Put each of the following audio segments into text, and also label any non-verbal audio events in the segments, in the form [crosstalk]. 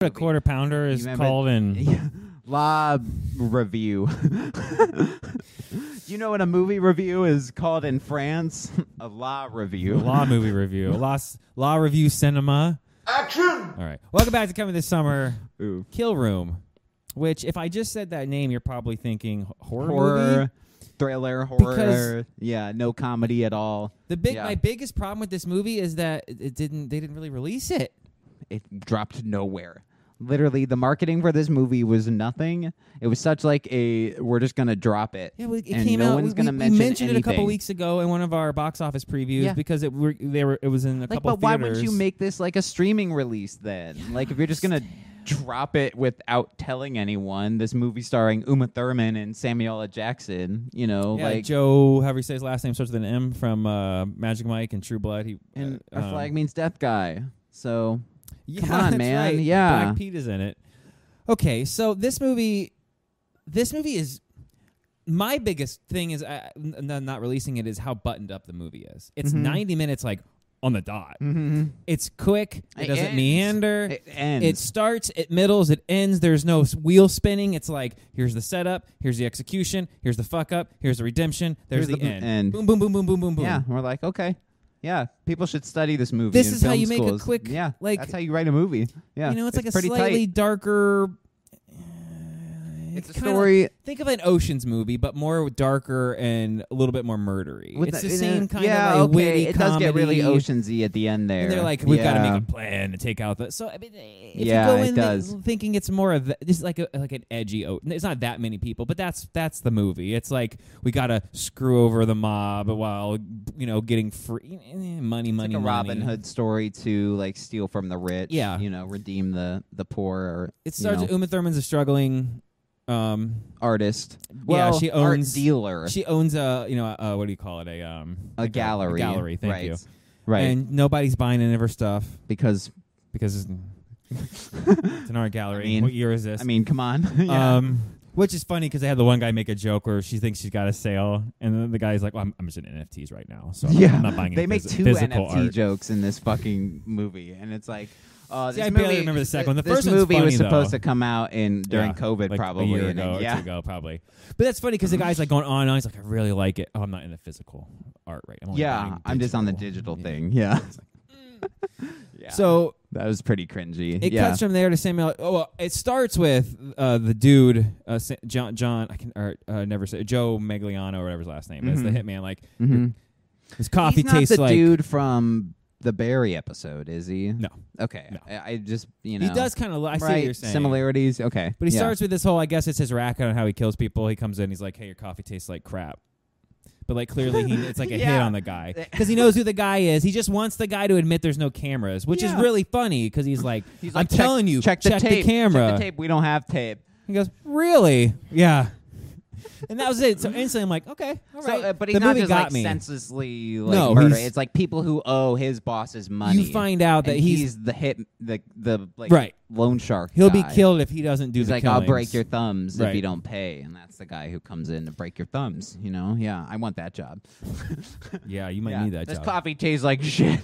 a movie. quarter pounder is You remember- called [laughs] in. Yeah. La review. [laughs] you know what a movie review is called in France? [laughs] A la review. Law movie [laughs] review. Law, law review cinema. Action! All right. Welcome back to Coming This Summer Ooh. Kill Room, which, if I just said that name, you're probably thinking horror. horror, movie? thriller, horror. yeah, no comedy at all. The big, Yeah. My biggest problem with this movie is that it it didn't, they didn't really release it. It dropped nowhere. Literally, the marketing for this movie was nothing. It was such like a we're just gonna drop it. Yeah, well, it and came no out. one's we, gonna we- we mention mentioned it a couple anything. weeks ago in one of our box office previews Yeah. because it were they were it was in a Like, couple. but why wouldn't you theaters. make this like a streaming release then? like, if you're just gonna drop it without telling anyone, this movie starring Uma Thurman and Samuel L. Jackson, you know, Yeah, like Joe, however you say his last name starts with an M from uh, Magic Mike and True Blood. He and uh, our um, flag means death guy. So Yeah, Come on, [laughs] that's man. right. Yeah. Black Pete is in it. Okay, so this movie, this movie is my biggest thing is uh, n- n- not releasing it is how buttoned up the movie is. It's Mhm. ninety minutes, like on the dot. mm-hmm. It's quick. It, It doesn't ends. meander. it ends. It starts, it middles, it ends. There's no s- wheel spinning. It's like here's the setup, here's the execution, here's the fuck up, here's the redemption, there's Here's the, the end. end. Boom, boom, boom, boom, boom, boom, boom. Yeah, we're like, okay, yeah, people should study this movie. This in is how film you make a schools. quick, Yeah, like- that's how you write a movie. Yeah, You know, it's, like a pretty slightly tight. darker. uh, It's a kinda- story Think of an Ocean's movie, but more darker and a little bit more murdery. with it's the, in a- same kind yeah, of like okay. witty It does get really comedy. oceansy at the end there. And they're like, we've got to Yeah. make a plan to take out the. So I mean, if Yeah, you go it in does. thinking it's more of the, this is like a, like an edgy. o- It's not that many people, but that's that's the movie. It's like we got to screw over the mob while you know getting free eh, money, It's money, like a Robin money. Hood story to like steal from the rich. Yeah. you know, redeem the the poor or It you starts. know, Uma Thurman's a struggling. Um, artist. Well, she art owns- dealer. she owns a you know a, a, what do you call it a um a like gallery. a gallery. Thank right. you. Right, And nobody's buying any of her stuff because because it's, [laughs] it's an art gallery. I mean- what year is this? I mean, come on. [laughs] yeah. Um, which is funny because they had the one guy make a joke where she thinks she's got a sale, and then the guy's like, well, I'm, I'm just in NFTs right now, so I'm- yeah, I'm not buying any they make phys- two physical NFT art." jokes in this fucking movie, and it's like, oh, See, this I movie, barely remember the second one. The this first one's movie was funny, though. supposed to come out in during Yeah, COVID, like probably. a year and ago then- or yeah, two ago, probably. But that's funny because the guy's like going on and on. He's like, I really like it. Oh, I'm not in the physical art right. I'm only yeah, buying I'm just on the digital digital. Yeah. thing. [laughs] Yeah, [laughs] yeah. So that was pretty cringy. It yeah, cuts from there to Samuel. Oh, well, it starts with uh, the dude, uh, Sa- John. John, I can or, uh, never say Joe Megliano or whatever his last name is. The hitman, like Mhm. his coffee He's not tastes the like dude from the Barry episode, is he? no. Okay, No. I, I just you know he does kind of. I right, see what you're saying. similarities. Okay, but he yeah. starts with this whole. I guess it's his racket on how he kills people. He comes in, he's like, "Hey, your coffee tastes like crap." But like clearly, he it's like [laughs] a hit Yeah. on the guy because he knows who the guy is. He just wants the guy to admit there's no cameras, which is Yeah. really funny because he's like, [laughs] He's "I'm like, check- telling you, check the tape. camera, Check the tape. We don't have tape. He goes, "Really? Yeah." And that was it. So instantly, I'm like, "Okay, all right." So, uh, but The he's not movie just got like me. senselessly like No, murder. he's- It's like people who owe his bosses money. You find out that and he's, the hit the the like Right. loan shark. he'll be guy. killed if he doesn't do He's the like, I'll killings." break your thumbs if Right. you don't pay, and that's the guy who comes in to break your thumbs. You know, yeah, I want that job. [laughs] yeah, you might yeah. need that this job. coffee tastes like [laughs] shit.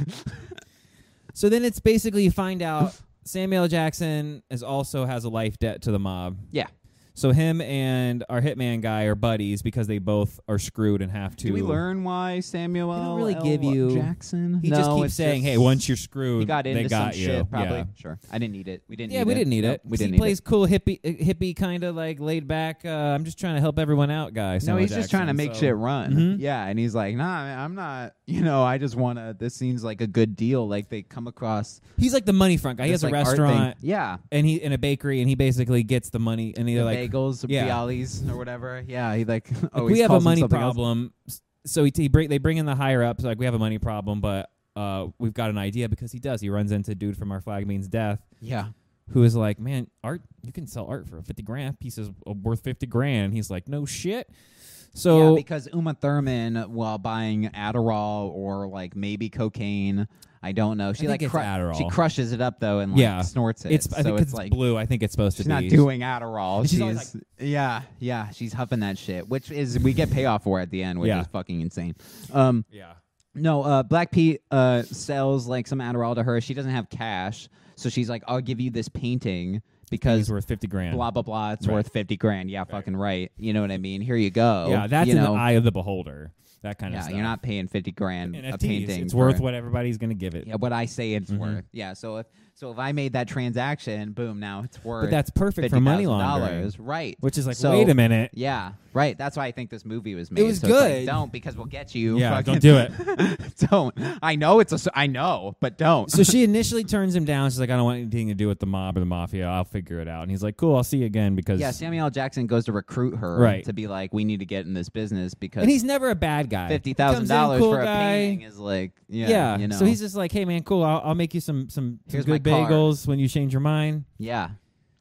so then it's basically you find out Samuel Jackson is also has a life debt to the mob. yeah. So him and our hitman guy are buddies because they both are screwed and have to. Do we learn why Samuel They don't really L. give you- Jackson? He no, just keeps it's saying, just- "Hey, once you're screwed, he got they into got some you." shit, probably. Yeah. Sure, I didn't need it. We didn't. Yeah, need we it. didn't need Nope, it. We he didn't need it. plays cool hippie, uh, hippie kind of like laid back. Uh, I'm just trying to help everyone out, guy. No, Samuel he's just trying to Jackson, make so- shit run. Mhm. Yeah, and he's like, nah, man, I'm not. [laughs] You know, I just want to. This seems like a good deal. Like they come across. He's like the money front guy. He this, has a like, art thing. restaurant Yeah, and he in a bakery and he basically gets the money and the they're like, bagels, yeah. pialis, or whatever. Yeah, he like. like, always we have a calls them money something else. problem. S- So he, he bring they bring in the higher ups like we have a money problem, but uh, we've got an idea because he does. He runs into a dude from our flag means death Yeah, who is like, man, art you can sell art for fifty grand pieces uh, worth fifty grand. And he's like, no shit. yeah, So because Uma Thurman, while buying Adderall or like maybe cocaine, I don't know. She think like it's Adderall. she crushes it up though and like Yeah. snorts it. it's I so think it's, it's like blue. I think it's supposed She's to not be. doing Adderall. She's She's always yeah, yeah. She's huffing that shit, which is we get payoff for at the end, which Yeah. is fucking insane. Um, yeah. no, uh, Black Pete uh sells like some Adderall to her. She doesn't have cash, So she's like, I'll give you this painting It's because worth fifty grand. blah blah blah. It's Right. worth fifty grand. Yeah, fucking right. You know what I mean? Here you go. yeah, that's you in know. the eye of the beholder. That kind of yeah, stuff. you're not paying fifty grand NFTs. a painting. It's for- worth what Mm-hmm. everybody's gonna give it. Yeah, what I say it's worth. Yeah. So if so, if I made that transaction, boom, now it's worth. But that's perfect for money laundering, dollars, right? which is like, So- wait a minute. Yeah, right. That's why I think this movie was made. was So it's like, good. don't because we'll get you. Yeah, Fucking- don't [laughs] do it. don't. I know it's a. s- I know, but don't. So she initially turns him down. She's like, I don't want anything to do with the mob or the mafia. I'll figure it out. And he's like, Cool, I'll see you again because yeah, Samuel L. Jackson goes to recruit her Right. to be like, we need to get in this business because and he's never a bad guy. fifty Comes thousand in, dollars cool for a guy. painting is like, yeah, Yeah. you know, So he's just like, Hey man, cool, I'll, I'll make you some some, some Here's my good car." bagels when you change your mind. yeah,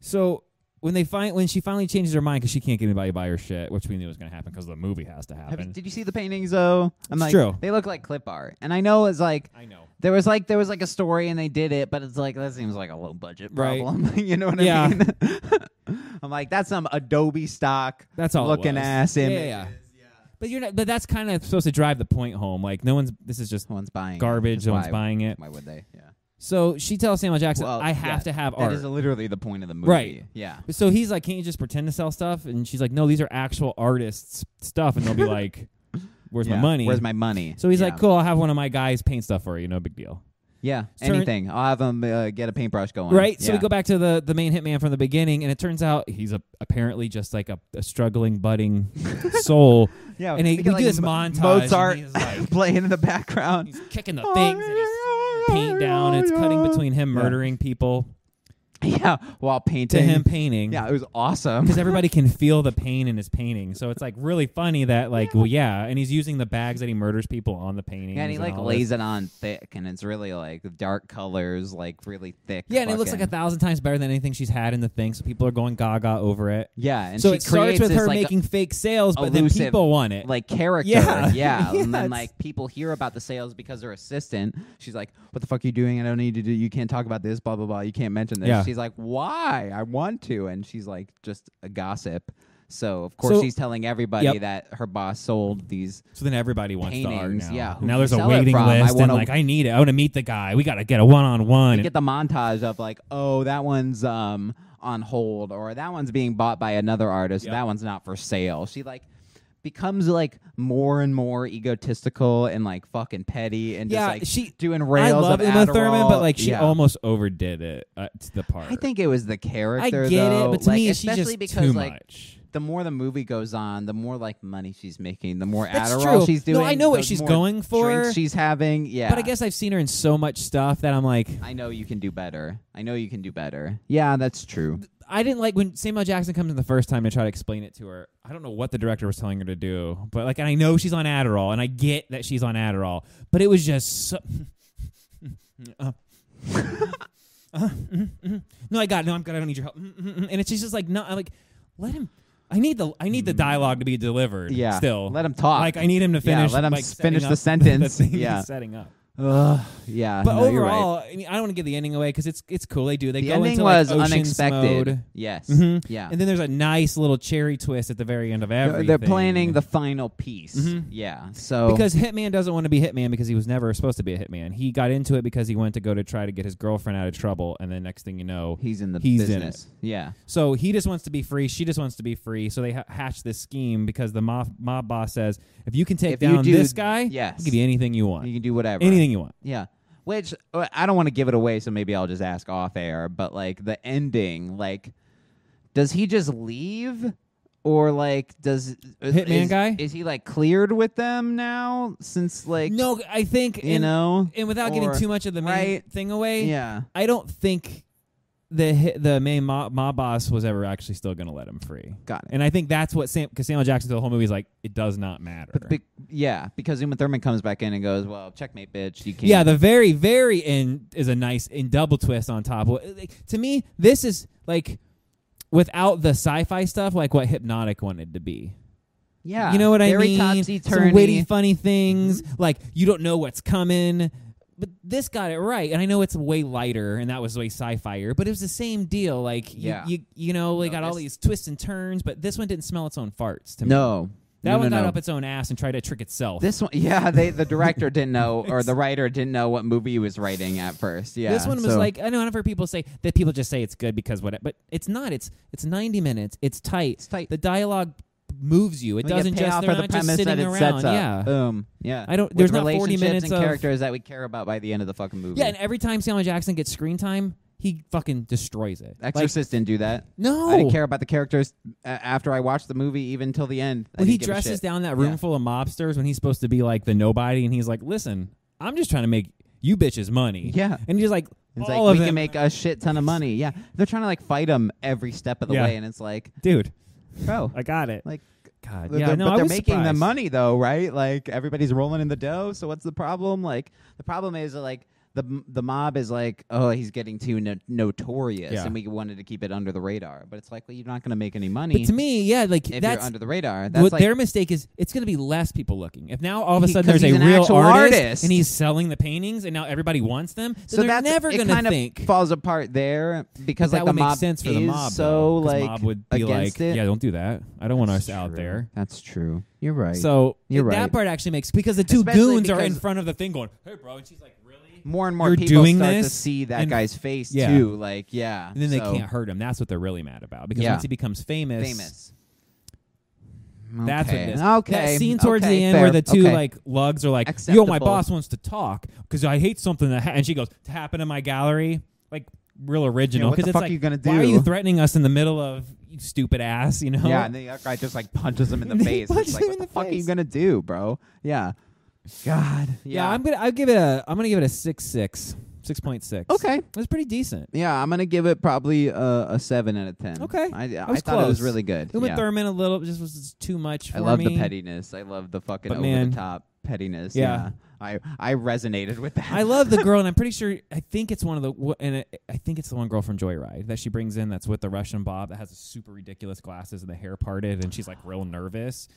So when they find when she finally changes her mind because she can't get anybody to buy her shit, which we knew was going to happen because the movie has to Have you- happen. did you see the paintings though? I'm It's like, true. they look like clip art, and I know it's like I know. there was like there was like a story and they did it, but it's like that seems like a low budget Right. problem. [laughs] you know what Yeah. I mean? I'm like that's some Adobe stock That's all. it looking was. ass Yeah, image. yeah, yeah. But you're not. But that's kind of supposed to drive the point home. Like no one's. This is just Someone's buying it. garbage. That's No one's why- buying it. Why would they? Yeah. So she tells Samuel Jackson, Well, "I have yeah, to have That art." is literally the point of the movie. Right. Yeah. so he's like, "Can't you just pretend to sell stuff?" And she's like, "No, these are actual artists' stuff." And they'll [laughs] be like, "Where's Yeah. my money?" Where's my money? so he's Yeah. like, "Cool, I'll have one of my guys paint stuff for you. No big deal." Yeah. Turn- Anything. I'll have them uh, get a paintbrush going. Right. So we Yeah. go back to the the main hitman from the beginning, and it turns out he's a, apparently just like a, a struggling, budding [laughs] soul, Yeah. and he, we we get, do like, this Mo- montage. Mozart And he's like, [laughs] playing in the background. he's kicking the things, and he's paint down. It's cutting between him Yeah. murdering people [laughs] Yeah, while to painting. him painting. Yeah, it was [laughs] awesome. Because everybody can feel the pain in his painting, so it's like really funny that like, well, yeah, and he's using the bags that he murders people on the painting. Yeah, and he like lays it on thick, and it's really like dark colors, like really thick. Yeah, and it looks like a fucking- thousand times better than anything she's had in the thing. So people are going gaga over it. yeah, and so she it starts creates with this, her like, making fake sales, but then elusive, people want it. like character. Yeah. [laughs] Yeah, Yeah, and it's- then like people hear about the sales because her assistant. She's like, "What the fuck are you doing? I don't need to do. You can't talk about this. Blah blah blah. You can't mention this." Yeah. She's like, "Why? I want to." And she's like, "Just a gossip." So of course So- she's telling everybody Yep. that her boss sold these so then everybody wants the art paintings, now. yeah, who now can there's a sell it waiting from. I list, and wanna- like I need it. I want to meet the guy. We got to get a one on you one. get the montage of like, oh, that one's um on hold, or that one's being bought by another artist, Yep. that one's not for sale. She like becomes like more and more egotistical and like fucking petty and Yeah, just like she- doing I rails. love of Uma Thurman, Adderall. but like she Yeah. almost overdid it uh, to the part. I think it was the I character. get though. it, but to like, me, she's especially just because too like much. the more the movie goes on, the more like money she's making, the more That's Adderall true. she's doing. No, I know what the she's more going for, drinks she's having. Yeah, But I guess I've seen her in so much stuff that I'm like, I know you can do better. I know you can do better. Yeah, that's true. I didn't like when Samuel Jackson comes in the first time to try to explain it to her. I don't know what the director was telling her to do, but like, and I know she's on Adderall, and I get that she's on Adderall, but it was just so. [laughs] Uh, [laughs] uh, mm, mm. no, I got it. no. I'm good. I don't need your help. Mm, mm, mm. And it's just like no. I'm like, let him. I need the I need the dialogue to be delivered. Mm. Yeah, still let him talk. Like I need him to finish. let him like, s- finish setting the up [laughs] sentence. The thing he's Yeah. setting up. Ugh, yeah. But no, you're right. overall, I, mean, I don't want to give the ending away because it's it's cool. They do. They the go ending into was like, Ocean's unexpected. mode. Yes. Mhm. Yeah. And then there's a nice little cherry twist at the very end of They're- everything. They're planning the final piece. Mhm. Yeah. So because Hitman doesn't want to be Hitman because he was never supposed to be a Hitman. He got into it because he went to go to try to get his girlfriend out of trouble, and then next thing you know, he's in the he's in business. Yeah. so he just wants to be free. She just wants to be free. So they ha- hatch this scheme because the mob, mob boss says, if you can take If you down do- this guy, yes. I'll give you anything you want, You can do whatever. anything you want. Yeah. Which uh, I don't want to give it away, so maybe I'll just ask off air. But like the ending, like, does he just leave, or like does uh, Hitman is- guy? is he like cleared with them now? Since like No, I think you and- know, and without getting or- too much of the main right? thing away, yeah. I don't think the hi- the main mob, mob boss was ever actually still going to let him free. Got it. And I think that's what Sam because Samuel Jackson the whole movie is like it does not matter. Be- yeah, because Uma Thurman comes back in and goes, "Well, checkmate, bitch. You can't." yeah, the very very end is a nice in double twist on top. Wh- like, to me, this is like without the sci-fi stuff, like what Hypnotic wanted to be. yeah. you know what I Very mean? topsy-turvy. Mm-hmm. Some witty, funny things. Like you don't know what's coming. But this got it right, and I know it's way lighter, and that was way sci-fier, but it was the same deal. Like, you, Yeah. you, you know, they No, got all this- these twists and turns, but this one didn't smell its own farts to me. No, That No, one no, got no. up its own ass and tried to trick itself. This one, [laughs] yeah, they the director [laughs] didn't know or the writer didn't know what movie he was writing at first. Yeah, This one was so- like I know. I've heard people say that people just say it's good because what, but it's not. It's it's ninety minutes. It's tight. It's tight. The dialogue moves you. It We get doesn't just payoff they're for the not just premise sitting that it around. sets up. Yeah. Boom. Yeah. I don't- With there's not 40 relationships minutes and of- characters that we care about by the end of the fucking movie. yeah, and every time Samuel Jackson gets screen time, he fucking destroys it. Like, Exorcist didn't do that. no, I didn't care about the characters uh, after I watched the movie, even till the end. I Well, he didn't give a dresses shit. down that room Yeah. full of mobsters when he's supposed to be like the nobody, and he's like, "Listen, I'm just trying to make you bitches money." Yeah. and he's like, It's "All like of we them- can make a shit ton of money. Yeah, they're trying to like fight him every step of the Yeah. way, and it's like, dude, bro, I got it." like, God, Th- yeah, they're- no, but I they're was making the surprised. money though, right? Like everybody's rolling in the dough. So what's the problem? Like the problem is that, like the m- the mob is like, oh, he's getting too no- notorious, Yeah. and we wanted to keep it under the radar. But it's like, well, you're not going to make any money But to me, yeah, like if you're that's under the radar. That's what like their mistake is. It's going to be less people looking. If now all of a He- sudden 'cause there's a he's an real actual artist. and he's selling the paintings, and now everybody wants them, then so they're that's never it. going to kind think of falls apart there because But like that the would mob make sense for the is mob. so though, 'cause like mob would be against like, it. "Yeah, don't do that. I don't want That's us out true. there." That's true. You're right. So You're that right. part actually makes because the two Especially goons are in because- front of the thing going, "Hey, bro," and she's like, "Really?" more and more you're people doing start to this see that and- guy's face Yeah. too. Like yeah, And then So- they can't hurt him. That's what they're really mad about because Yeah. once he becomes famous, famous. That's okay. what it is. Okay. That scene towards okay, the end fair, where the two okay. like lugs are like, "Yo, my Acceptable. boss wants to talk because I hate something that," ha-. and she goes, "To happen in my gallery," like real original. what the Because it's fuck like, are you gonna Why are do?" you threatening us in the middle of you stupid ass? You know? Yeah, and then that guy just like punches him in the [laughs] He face. punches It's like, him what in the, the fuck are you face. gonna do, bro? Yeah. God. yeah. I'm gonna I give it a I'm gonna give it a six six six point six. Okay. that's pretty decent. yeah, I'm gonna give it probably a, a seven out of ten. Okay. I, I, was thought it was close. really good. Uma yeah. Thurman a little just was just too much. For I love me. the pettiness. I love the fucking But over man- the top pettiness. Yeah. I I resonated with that. I love the [laughs] girl, and I'm pretty sure I think it's one of the wh- and I- I think it's the one girl from Joyride that she brings in that's with the Russian Bob that has the super ridiculous glasses and the hair parted, and she's like real nervous.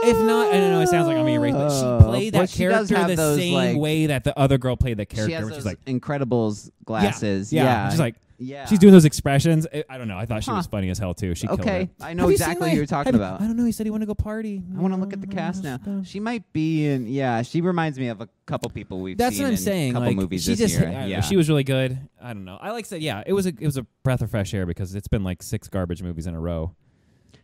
If not, I don't know. It sounds like I'm being racist, but she played Oh. Well, that she does character have the those, same like- way that the other girl played the character. She has which those is like Incredibles glasses. yeah, Yeah, and she's like yeah. she's doing those expressions. I- I don't know. I thought she Huh. was funny as hell too. She killed Okay, it. I know Have you seen exactly my- who you're talking have you- about. I don't know. He said he wanted to go party. I want to look at the cast now. Stuff. She might be in. Yeah, she reminds me of a couple people we've That's seen what I'm in saying. A couple like, movies she this just, year. I don't know, yeah, she was really good. I don't know. I like said, yeah, it was a it was a breath of fresh air because it's been like six garbage movies in a row.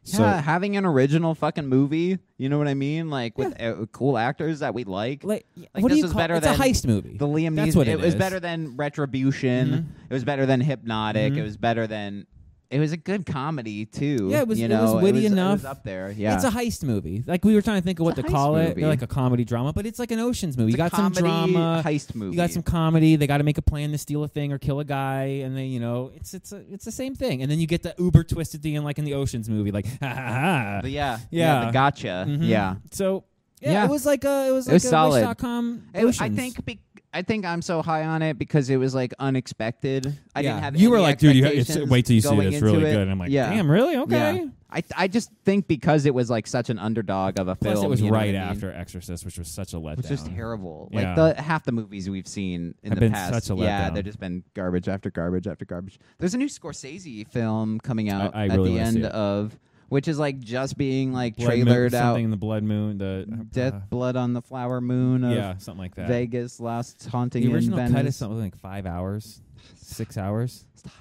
So yeah, having an original fucking movie. You know what I mean? Like with uh, cool actors that we like. like, Like, what do this you was call better it's a than heist movie? the Liam That's Neeson. what it was is. Mm-hmm. better than Retribution. It was better than Hypnotic. Mhm. It was better than. It was a good comedy too. Yeah, it was- You it was know, witty it was, It was enough. up there. Yeah, It's a heist movie. Like we were trying to think of what It's a to call heist it. movie. They're like a comedy drama, but it's like an Ocean's movie. It's you a got some comedy drama. heist movie. You got some comedy. They got to make a plan to steal a thing or kill a guy, and then you know it's it's a, it's the same thing. And then you get the uber twisted thing, like in the Ocean's movie, like [laughs] ha ha ha. But yeah, Yeah. the gotcha. Mhm. Yeah, So yeah, Yeah. it was like a it was It like was a solid. Wish.com It was- I Oceans. think bec I think I'm so high on it because it was like unexpected. I Yeah. didn't have You were any like, dude, you ha- it's- expectations wait till you see going it. It's into really it. good. And I'm like, yeah. damn, really? Okay. Yeah. I I just think because it was like such an underdog of a Plus, film. it was you know what I right mean? after Exorcist, which was such a letdown. Which is terrible. Yeah. Like the half the movies we've seen in Have the been past, such a yeah, letdown. they've just been garbage after garbage after garbage. There's a new Scorsese film coming out I at really the wanna see end it. of, which is like just being like Blood moon, trailered something out. in the Blood Moon, the uh, Death, blood on the flower moon of yeah, something like that. Vegas, last haunting the original in cut is Venice. [laughs] something like five [sighs] hours, six hours. Stop.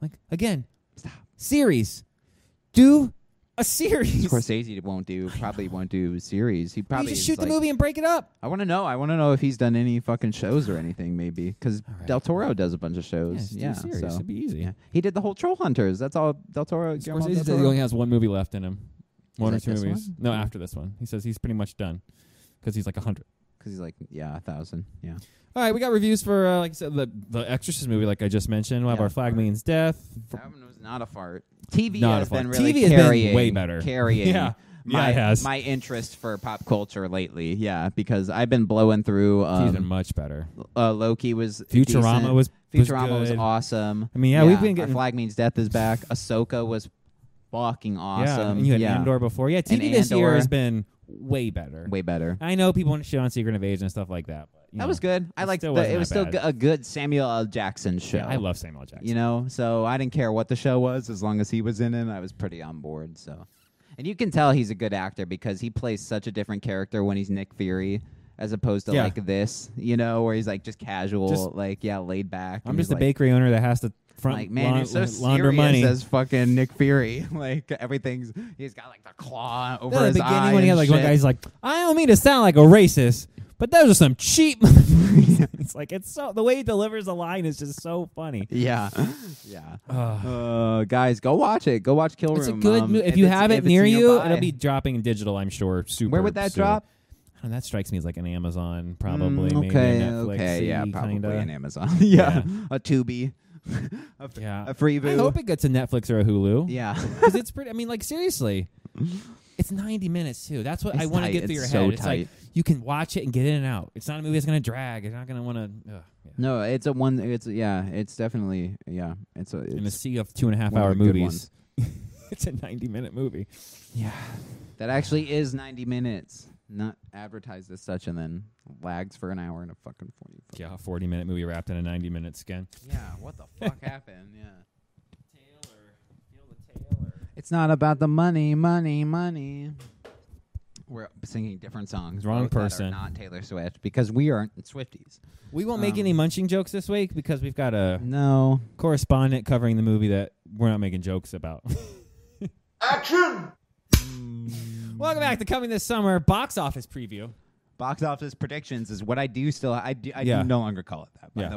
Like again, Stop. Series, do a series. Scorsese won't do, probably won't do series. He you probably just is shoot the like- movie and break it up. I want to know. I want to know if he's done any fucking shows or anything, maybe because All right. Del Toro does a bunch of shows. yeah, Yeah, just do a series. so It'd be easy. yeah. he did the whole Troll Hunters. That's all Del Toro. Guillermo Scorsese del says he Toro. only has one movie left in him, one or that two this movies. one? No, Yeah. after this one, he says he's pretty much done because he's like a hundred. 'Cause he's like, yeah, a thousand. Yeah, All right, we got reviews for uh, like I said, the the Exorcist movie, like I just mentioned. We'll have Yeah. our flag means death. For- that one was not a fart. TV Not has a fart. been really TV has been carrying, way better. [laughs] Carrying, Yeah. Yeah, my it has. my interest for pop culture lately. Yeah, because I've been blowing through. It's even Um, much better. uh, Loki was Futurama decent. was was Futurama was good. awesome. I mean, yeah, we've been Our getting- Flag Means Death is back. Ahsoka was fucking Yeah, awesome. and you had Andor before. Yeah, TV this year Andor. has been way better. way better. I know people want to shit on Secret Invasion and stuff like that. But, you That know, was good. I It liked still the, wasn't it that was still bad. g- a good Samuel L. Jackson show. Yeah, I love Samuel Jackson. you know, so I didn't care what the show was as long as he was in it. I was pretty on board. So, and And you can tell he's a good actor because he plays such a different character when he's Nick Fury as opposed to Yeah. like this, you know, where he's like just casual, Just- like yeah, laid back. I'm and just he's a bakery owner that has to front Like, man, laun- you're so launder serious money. as fucking Nick Fury. [laughs] Like everything's, he's got like the claw over Yeah, the his beginning eye. when he had and like one shit. guy's like, I don't mean to sound like a racist, but those are some cheap. [laughs] it's [laughs] like it's so the way he delivers the line is just so funny. [sighs] [laughs] yeah, yeah. Uh, guys, go watch it. Go watch Kill It's a Room. good. um, mo- if if you it's- have if it it's near you, nearby. it'll be dropping digital. I'm sure. Super. Where would that soon. drop? I don't know, that strikes me as like an Amazon, probably. Mm, maybe okay, Netflix. okay, yeah, probably kinda. an Amazon. [laughs] yeah. Yeah. Uh, a Tubi, a, f- Yeah. a Freeboo. I hope it gets a Netflix or a Hulu. yeah, [laughs] because it's pretty. I mean, like seriously, it's ninety minutes too. That's what I It's want to tight. get through your It's head. so it's like tight. you can watch it and get in and out. It's not a movie that's gonna drag. It's not gonna want to. Yeah. no, it's a one. It's yeah, it's definitely yeah, it's a In a it's, sea of two and a half one of hour the good movies, [laughs] it's a ninety-minute movie. yeah. That actually is ninety minutes, not advertised as such, and then lags for an hour and a fucking forty. Yeah, a forty-minute movie wrapped in a ninety-minute skin. Yeah, what the fuck [laughs] happened? Yeah. Taylor. It's not about the money, money, money. We're singing different songs. Wrong both that are person. not Taylor Swift, because we aren't Swifties. We won't make Um, any munching jokes this week because we've got a No. correspondent covering the movie that we're not making jokes about. [laughs] Welcome back to coming this summer box office preview. Box office predictions is what I do still. I do, I Yeah. do no longer call it that. By Yeah. the